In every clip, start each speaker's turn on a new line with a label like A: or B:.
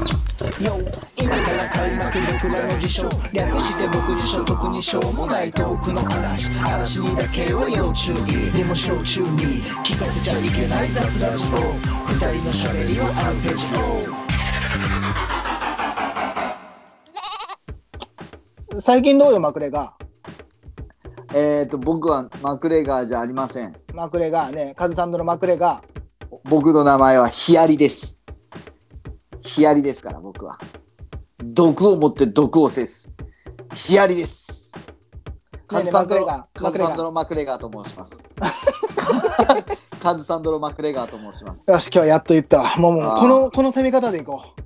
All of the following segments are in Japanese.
A: よ今から開幕僕らの辞書略して僕辞書特にしょうもないトークの話嵐にだけは要注意でも小中に聞かせちゃいけない雑ラジオ二人のしゃべりはアンページ4最近どうよマクレが
B: えー、と僕はマクレガーじゃありません
A: マクレがねカズサンドのマクレが
B: 僕の名前はヒアリですヒアリですから僕は毒を持って毒を制すヒアリですカズサンドロ
A: ねえねえ
B: カ
A: マク
B: ズ
A: レガー
B: サンドロマクレガーと申します カズサンドロマクレガーと申します
A: よし今日やっと言ったわもうも
B: あ
A: う
B: ー
A: このこの攻め方でいこう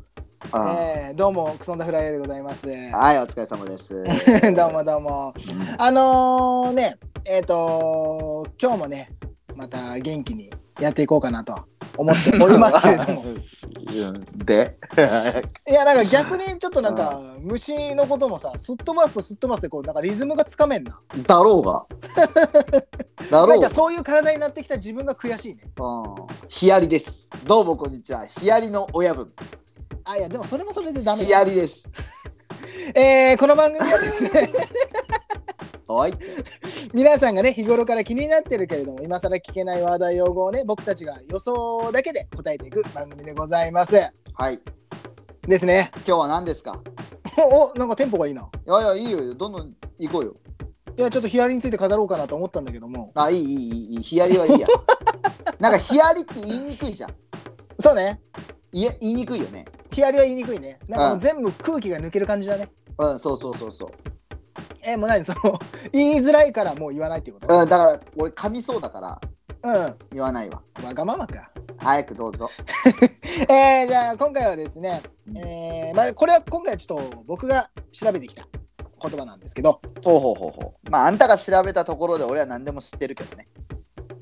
B: あ
A: えー、どうもクソンダフライヤーでございます
B: ーはいお疲れ様です
A: どうもどうも
B: うん
A: あのー、ねえっ、と今日もねまた元気にやっていこうかなと思っておりますけれども
B: うんで
A: いやなんか逆にちょっとなんか虫のこともさすっ飛ばすとすっ飛ばすでこうなんかリズムがつかめんな
B: だろうがだ
A: な
B: ろ
A: ん
B: う
A: か
B: が
A: そういう体になってきた自分が悔しいね
B: うんヒアリですどうもこんにちはヒアリの親分
A: あいやでもそれもそれでダメ
B: ヒアリです
A: えー、この番組はですね
B: おい
A: 皆さんがね日頃から気になってるけれども今更聞けないワードや用語をね僕たちが予想だけで答えていく番組でございます
B: はい
A: ですね
B: 今日は何ですか
A: おおなんかテンポがいいない
B: やいやいいよどんどん行こうよ
A: いやちょっとヒアリについて語ろうかなと思ったんだけども
B: あいいいいいいいいヒアリはいい やなんかヒアリって言いにくいじゃん
A: そうね
B: いや言いにくいよね
A: ヒアリは言いにくいねなんかも
B: う
A: うん全部空気が抜ける感じだね
B: うんそうそうそうそう、
A: えもう何その言いづらいからもう言わないってこと
B: うん、だから俺噛みそうだから
A: う
B: 言わないわ
A: んわがままか
B: 早くどうぞ
A: えー、じゃあ今回はですねえー、まあこれは今回はちょっと僕が調べてきた言葉なんですけど
B: ほうほうほうほうまああんたが調べたところで俺は何でも知ってるけどね、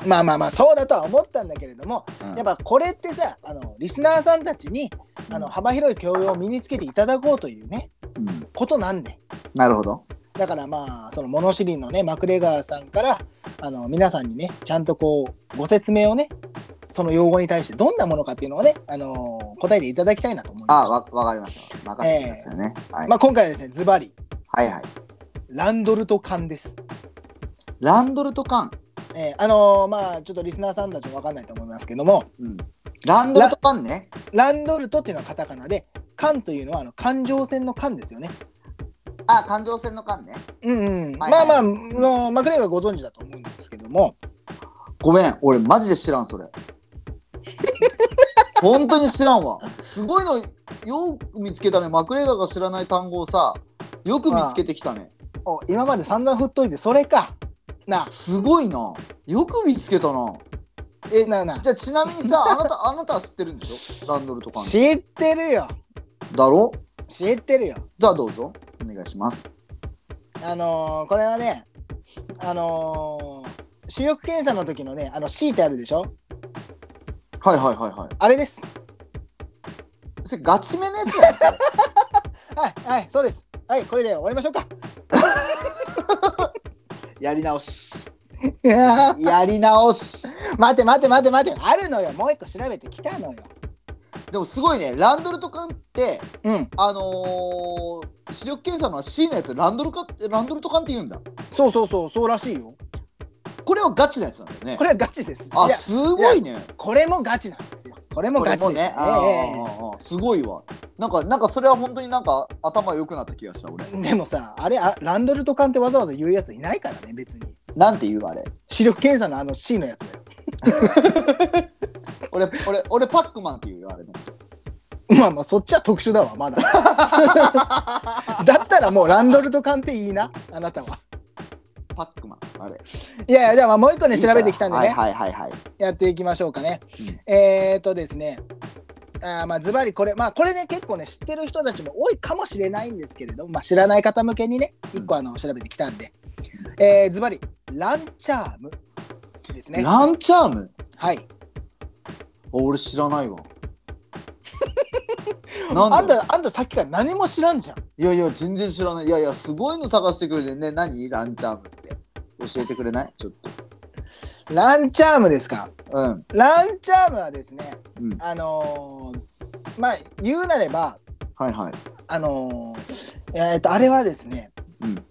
A: まあまあまあそうだとは思ったんだけれども
B: うん
A: やっぱこれってさあのリスナーさんたちにあの幅広い教養を身につけていただこうというね
B: うん、
A: ことなんで
B: なるほど
A: だからまあその物知りのねマクレガーさんからあの皆さんにねちゃんとこうご説明をねその用語に対してどんなものかっていうのをね、あの答えていただきたいなと思います
B: あわわかりました任せてくださいね、はい
A: まあ、今回はですねズバリ
B: はいはい
A: ランドルト缶です、
B: ランドルト缶、
A: えーあのまあちょっとリスナーさんたちわかんないと思いますけども
B: うん、ランドルト缶ね
A: ランドルトっていうのはカタカナで缶というのはあの環状線の缶ですよね
B: あ環状線の缶ね
A: うんうん、
B: はいはい
A: まあまあのマクレガーご存知だと思うんですけども
B: ごめん、俺マジで知らん、それ。 本当に知らんわ。すごいの、よく見つけたね。マクレガーが知らない単語をさ、よく見つけてきたね。
A: お今まで散々振っといてそれかなあ
B: すごいな。よく見つけたな。え、
A: なあなあ
B: じゃあちなみ にさ、あなた、あなたは知ってるんでしょランドルとかの。
A: 知ってるよ
B: だろ
A: 知ってるよ
B: じゃあどうぞ。お願いします。
A: あのーこれはねあのー視力検査の時のねあのシーってあるでしょ
B: はいはいはいはい。
A: あれです
B: それガチめのやつやんそれ。
A: はいはいそうですはいこれで終わりましょうか
B: やり直し。
A: いやー
B: やり直し。
A: 待て待て待て待てあるのよもう一個調べてきたのよ
B: でもすごいね。ランドルとかって、
A: うん
B: あのー、視力検査の C のやつランドルかランドルトカンって言うんだ
A: そうそうそうそうらしいよ
B: これはガチなやつなんだよね
A: これはガチです
B: あ
A: いや
B: すごいね
A: これもガチなんですよこれも
B: こ
A: ガ
B: れ
A: チです
B: も
A: ね
B: ねあーあーあーすごいわなんかなんかそれは本当になんか頭良くなった気がした俺
A: でもさあれあランドルト缶ってわざわざ言うやついないからね別に
B: なんて言うあれ
A: 視力検査のあの C のやつだよ
B: 俺俺俺パックマンって言うよあれのこと
A: まあまあそっちは特殊だわまだだったらもうランドルト缶っていいなあなたは
B: パックマンあれ
A: いやいやじゃあまあもう一個ね調べてきたんでね、
B: いいからはいはいはいはい
A: やっていきましょうかね、えーとですねあーまあズバリこれまあこれね結構ね知ってる人たちも多いかもしれないんですけれども、まあ、知らない方向けにね一個あの調べてきたんで、えーズバリランチャームですね
B: ランチャーム
A: はい
B: あ俺知らないわなん だ
A: あんた、あんたさっきから何も知らんじゃん。
B: いやいや、全然知らない。いやいや、すごいの探してくれてね、何ランチャームって。教えてくれないちょっと。
A: ランチャームですか。
B: うん。
A: ランチャームはですね、
B: うん
A: あのーまあ、言うなれば、
B: はいはい。
A: あのーえっとあれはですね
B: うん。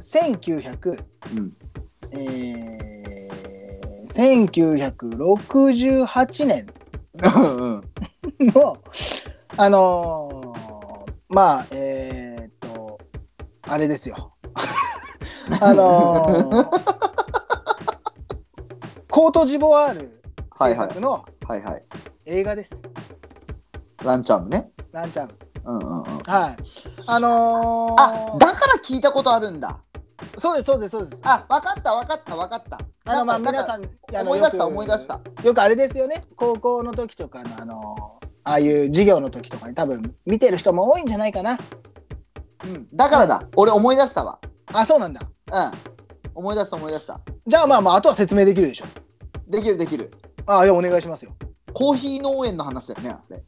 A: 1900
B: うん。
A: えー、1968年
B: うん。
A: の、 あのーまあ、えー、っと、あれですよ。 あ のーコートジボワール制作の
B: はいはい。
A: 映画です。
B: ランチャームね。
A: ランチャム。
B: うんうんうん。
A: はい。あのー
B: あ、だから聞いたことあるんだ。
A: そうです、そうです、そうです。
B: あ、わかったわかったわかった。
A: あの、まあ、
B: なんか
A: 皆さ、
B: なんんか
A: あの
B: 思い出した
A: よく
B: 思い出した。
A: よくあれですよね高校の時とかのあのああいう授業の時とかに多分見てる人も多いんじゃないかな
B: うん。だからだ。俺思い出したわ。
A: あそうなんだ
B: うん。思い出した思い出した。
A: じゃあまあまああとは説明できるでしょ
B: できるできる。
A: ああいやお願いしますよ
B: コーヒー農園の話だよね、あれ。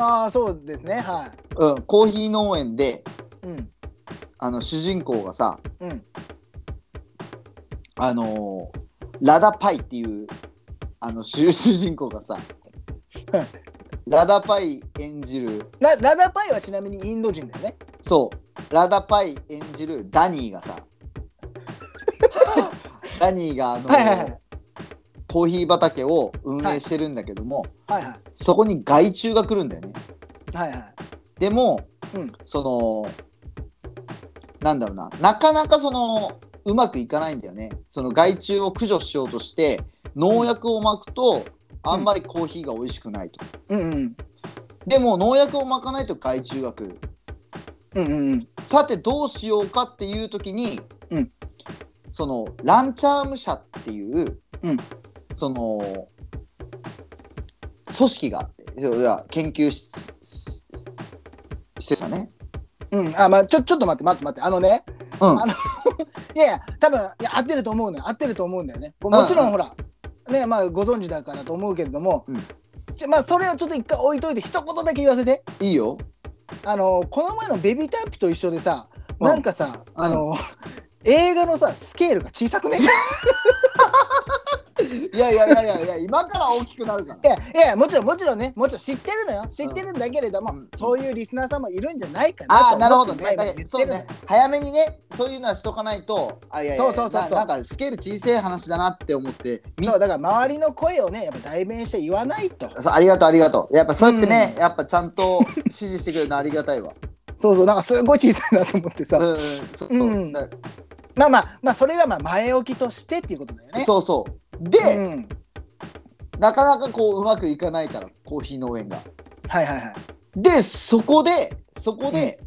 A: ああそうですねは
B: うん。コーヒー農園で、
A: いうん
B: あの、主人公がさ、
A: うん
B: あのーラダパイっていう、あの、主 主人公がさ、ラダパイ演じる、
A: ララダパイはちなみにインド人だよね
B: そう、ラダパイ演じるダニー がさ、ダニーがあのー
A: はいはいはい
B: コーヒー畑を運営してるんだけども、
A: はいは
B: そこに害虫が来るんだよね。
A: いはいはい
B: でも、
A: うん
B: そのなんだろうななかなかそのうまくいかないんだよねその害虫を駆除しようとして農薬をまくと、あんまりコーヒーが美味しくないと、
A: うんうん
B: でも農薬をまかないと害虫が来る
A: うんうんうん
B: さてどうしようかっていう時に、
A: うん
B: そのランチャーム社っていう、
A: うん
B: その組織があっていや研究室施設だね、
A: うん、あまあちょちょっと待って待って待ってあの ね
B: うん、
A: いやいや多分いや合ってると思うのよ合ってると思うんだよねもちろ
B: うん
A: んほら、ねまあご存知だからと思うけれども、
B: うん
A: ちょまあそれをちょっと一回置いといて一言だけ言わせて
B: いいよ。
A: あのこの前のベビータイプと一緒でさ、
B: うん
A: なんかさ、あの、 映画のさスケールが小さくねい
B: いやいやいやいやいや、今から大きくなるから。
A: やいやもちろんもちろんねもちろん知ってるのよ知ってるんだけれども、
B: うん
A: そういうリスナーさんもいるんじゃないかな
B: ああ、なるほどね。
A: 前
B: だ
A: 々言っ
B: から
A: て
B: そう
A: るのよ
B: ね。早めにね、そういうのはしとかないと、あいやいや
A: そうそうそうそう
B: ななんかスケール小さい話だなって思って、み
A: そうだから周りの声をねやっぱ代弁して言わないと
B: そうありがとうありがとう。やっぱそうやってね、
A: うん
B: やっぱちゃんと支持してくれるのありがたいわ。
A: そうそうなんかすごい小さいなと思ってさ、
B: うん、そうそう
A: うん
B: だ
A: まあまあまあそれがまあ前置きとしてっていうことだよね
B: そうそう。で、
A: うん、
B: なかなかこううまくいかないから、コーヒー農園が。
A: はいはいはい
B: で、そこで、そこで、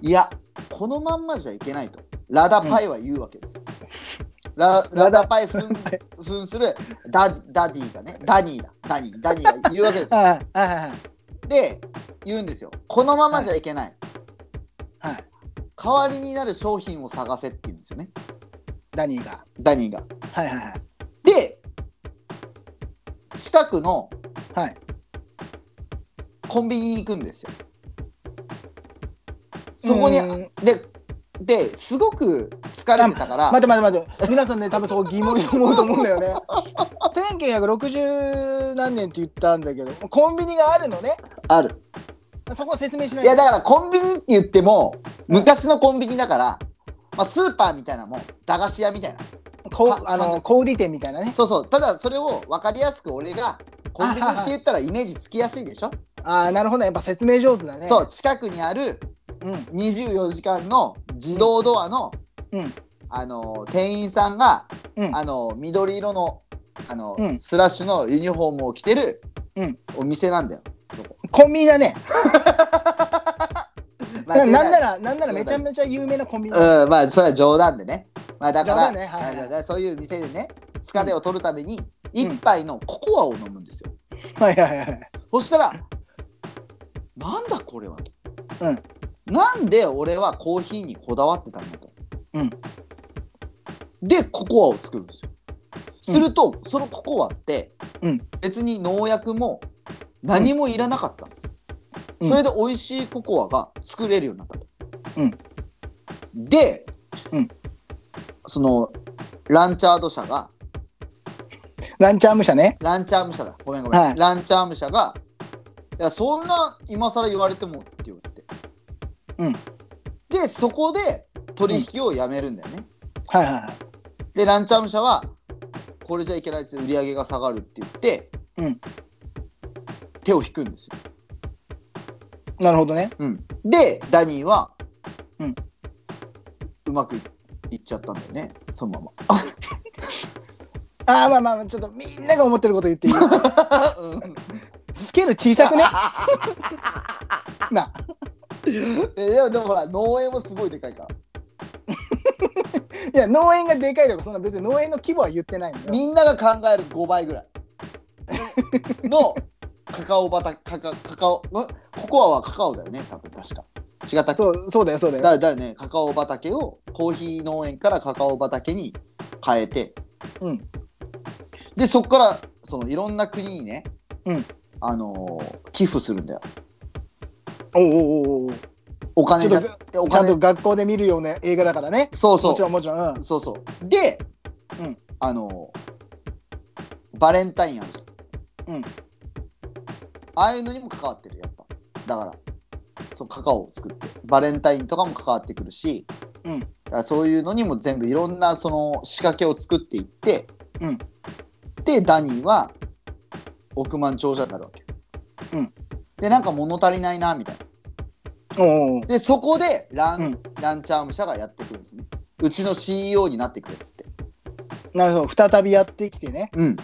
B: いや、このまんまじゃいけないと、ラダパイは言うわけですよ。ラ ラダパイふんふんするダダディがね、ダニーだ、ダニー、ダニーが言うわけ ですよ。
A: はいはいはい
B: で、言うんですよ。このままじゃいけない。
A: はいはい
B: 代わりになる商品を探せって言うんですよね、
A: ダニーが
B: ダニーが。
A: はいはいはい
B: で、近くの
A: はい
B: コンビニに行くんですよ。そこに
A: うん
B: で、で、すごく疲れてたから、
A: 待って待って待って皆さんね多分そこ疑問に思うと思うんだよ ね1960何年って言ったんだけどコンビニがあるのね
B: ある。
A: そこ説明しない
B: いや、だからコンビニって言っても、昔のコンビニだから、まあ、スーパーみたいなもん、駄菓子屋みたいな。
A: こ
B: か
A: あの小売店みたいなね
B: そうそう、ただそれを分かりやすく俺が、コンビニって言ったらイメージつきやすいでしょ、
A: ああなるほどやっぱ説明上手だね
B: そう、近くにある
A: うん
B: 24時間の自動ドアの、
A: うん
B: あのー、店員さんが、
A: うん
B: あのー、緑色の、あのー
A: うん
B: スラッシュのユニフォームを着てる
A: うん
B: お店なんだよ。そこ
A: コンビニだね
B: まあ
A: ななんな
B: で
A: らなんならめちゃめちゃ有名なコンビニだ
B: うん、まあそれは冗談でね。まあだから、
A: 冗談ねはいはい
B: だからそういう店でね、疲れを取るために、一杯のココアを飲むんですよ。
A: はいはいはい
B: そしたら、なんだこれはと。
A: うん
B: なんで俺はコーヒーにこだわってたんだと。
A: うん
B: で、ココアを作るんですよ。すると、そのココアって、
A: うん
B: 別に農薬も何もいらなかったの、
A: うん
B: それで美味しいココアが作れるようになったと。
A: うん
B: で、
A: うん
B: そのランチャード社が、
A: ランチャーム社ね
B: ランチャーム社だ。ごめんごめん。
A: はい
B: ランチャーム社が、いやそんな今更言われてもって言って
A: うん
B: でそこで取引をやめるんだよね、
A: はいはいはい。
B: でランチャーム社はこれじゃいけないです売り上げが下がるって言って、
A: うん
B: 手を引くんですよ、
A: なるほどね。
B: うん、でダニーは、
A: うん
B: うまくいいっちゃったんだよねそのまま
A: ああ、まあまあ、ちょっとみんなが思ってること言ってい い スケール小さくね なあ、
B: えでもでもほら農園もすごいでかいから
A: いや、農園がでかいとか、そんな別に農園の規模は言ってないのよ。
B: みんなが考える5倍ぐらいのカカオ畑カカカカオんココアはカカオだよね多分確か違ったっけ
A: そう、そうだよ、そうだよ。
B: だだよねカカオ畑をコーヒー農園からカカオ畑に変えて
A: うん。
B: でそっからそのいろんな国にね、
A: うん
B: あのー寄付するんだよ
A: おうおうおうおう
B: お金じゃ
A: ちょ
B: お
A: ちゃんと
B: 金
A: 学校で見るような映画だからね。
B: そう
A: もち
B: そ
A: ろん、もちろん。うん
B: うそうそうで、
A: うん
B: あのーバレンタインあるじゃん
A: うん
B: ああいうのにも関わってるやっぱだからそのカカオを作ってバレンタインとかも関わってくるし、
A: うん
B: だからそういうのにも全部いろんなその仕掛けを作っていって、
A: うん
B: でダニーは億万長者になるわけ、
A: うん
B: でなんか物足りないなみたいな
A: おうおう
B: でそこでラン,、
A: うん
B: ランチャーム社がやってくるんですねうちの CEO になってくれっつって、
A: なるほど。再びやってきてね。
B: うん、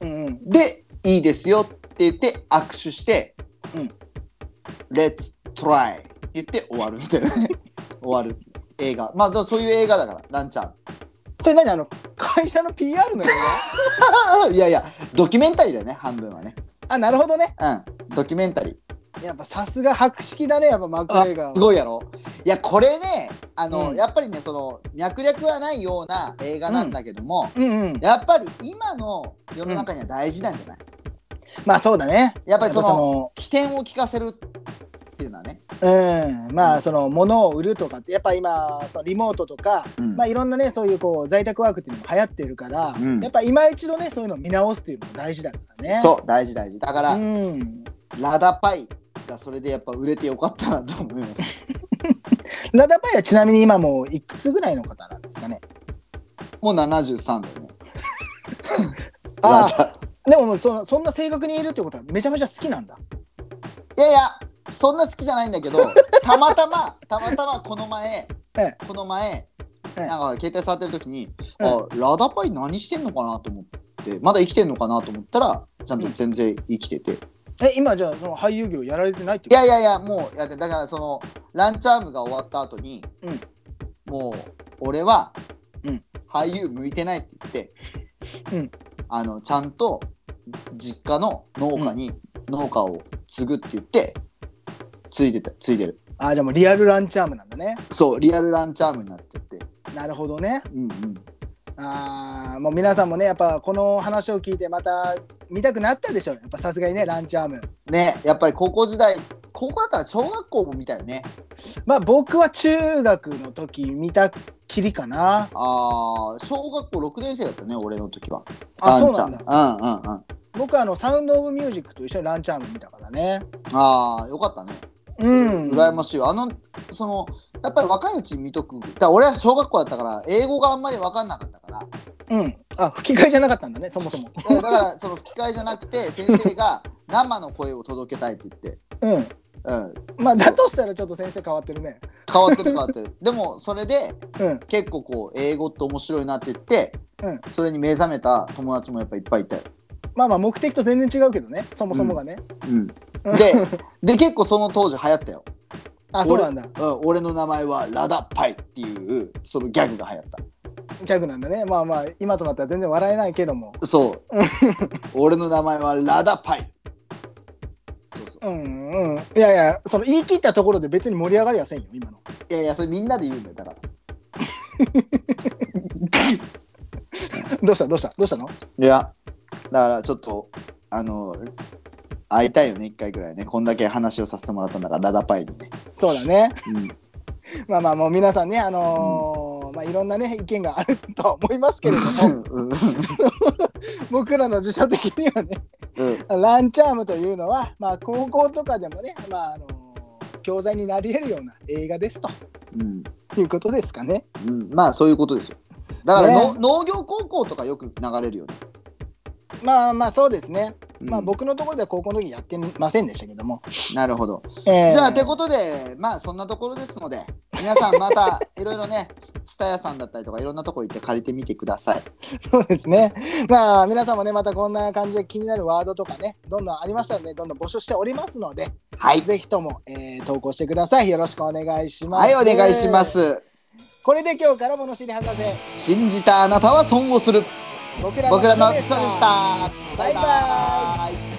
A: うんうん。
B: でいいですよって言って握手して
A: うん
B: 「Let's try」言って終わるみたいなね 終わる映画まあだからそういう映画だからランちゃん
A: それ何あの、会社の PR の映画
B: いやいやドキュメンタリーだよね半分はね
A: あ、なる ほどね。
B: うんドキュメンタリー
A: やっぱさすが博識だね、やっぱマック映画は
B: す。ごいやろいやこれねあの、
A: うん
B: やっぱりねその脈略はないような映画なんだけども、
A: うんうん。
B: やっぱり今の世の中には大事なんじゃない、
A: まあそうだね。
B: やっぱりその
A: やっぱそ
B: 起点を聞かせるっていうのはね、
A: の、うん、ま
B: うん
A: あその、物を売るとかって、やっぱ今、そのリモートとか、
B: うん
A: まあいろんなね、そういうこう、在宅ワークっていうのも流行ってるから、
B: うん
A: やっぱ今一度ね、そういうのを見直すっていうのも大事だからね。
B: そう大事大事だから、
A: うん。
B: ラダパイがそれでやっぱ売れてよかったなと思い ます。
A: ラダパイはちなみに今もういくつぐらいの方なんですかね。
B: もう73だよね。
A: あ
B: ラダ
A: でももうそのそんな正確にいるってことはめちゃめちゃ好きなんだ。
B: いやいや、そんな好きじゃないんだ けど、たまたま、たまたまこの前、
A: ええ
B: この前、
A: ええ
B: なんか携帯触ってる時に、
A: ええ
B: あ、ラダパイ何してんのかなと思って、まだ生きてんのかなと思ったら、ちゃんと全然生きてて。い
A: え、今じゃあその俳優業やられてないってこと
B: やいやいや、もう、やってだからその、ランチャームが終わった後に、
A: うん
B: もう、俺は、
A: うん
B: 俳優向いてないって言って、
A: うん
B: あのちゃんと実家の農家に農家を継ぐって言って、ついてたついてる
A: あじゃあもうリアルランチャームなんだね。
B: そうリアルランチャームになっちゃって
A: なるほどね。
B: うんうん
A: あーもう皆さんもねやっぱこの話を聞いてまた見たくなったでしょうやっぱさすがにねランチアーム
B: ねやっぱり高校時代高校だったら小学校も見たよね
A: まあ僕は中学の時見たっきりかな
B: あー小学校6年生だったね俺の時は
A: あ
B: ラ
A: そう
B: ンチャ
A: なん
B: ーム
A: だ
B: うんうんうん
A: 僕はあのサウンド・オブ・ミュージックと一緒にランチアーム見たからね
B: ああよかったね
A: うん
B: 羨ましいわあのそのやっぱり若いうちに見とくだから俺は小学校だったから英語があんまり分かんなかったから
A: うんあ吹き替えじゃなかったんだねそもそも
B: だからその吹き替えじゃなく て先生が生の声を届けたいって言って、
A: うん
B: うん、
A: まあだとしたらちょっと先生変わってるね
B: 変わってる変わってるでもそれで
A: うん
B: 結構こう英語って面白いなって言って、
A: うん
B: それに目覚めた友達もやっぱいっぱいいたよ、
A: まあまあ目的と全然違うけどねそもそもがね、
B: うん、 でで結構その当時流行ったよ、
A: あそうなんだ
B: うん、俺の名前はラダッパイっていうそのギャグが流行っ
A: ギャグなんだねまあまあ今となっては全然笑えないけども
B: たそう俺の名前はラダッパイそうそう
A: うんうんいやいやその言い切ったところで別に盛り上がりはせんよ今の
B: いやいやそれみんなで言うんだよだから
A: どうしたどうしたどうしたの
B: いや、だからちょっと、あの、会いたいよね、一回ぐらいね。こんだけ話をさせてもらったんだから、ラダパイにね。
A: そうだね。
B: うん
A: まあまあもう皆さんね、あのーまあいろんなね、意見があるとは思いますけれど も、僕らの辞書的にはね、ランチャームというのは、まあ高校とかでもね、まああのー教材になり得るような映画ですと
B: うん
A: いうことですかね。
B: うん、まあそういうことですよ。だからの、
A: ね
B: 農業高校とかよく流れるよね。
A: まあまあそうですね。
B: うん
A: まあ僕のところでは高校の時やってませんでしたけども。
B: なるほど。
A: えー
B: じゃあてことでまあそんなところですので皆さんまたいろいろねツタヤさんだったりとかいろんなとこ行って借りてみてください。
A: そうですね。まあ皆さんもね、またこんな感じで気になるワードとかね、どんどんありましたらね、どんどん募集しておりますので、
B: はい。
A: ぜひとも、えー投稿してください。よろしくお願いします。
B: はいお願いしま。す。
A: これで今日から物知り博士、
B: 信じたあなたは損をする
A: 僕らの
B: 僕らの
A: 人
B: 人でした。
A: バイバイ
B: イ。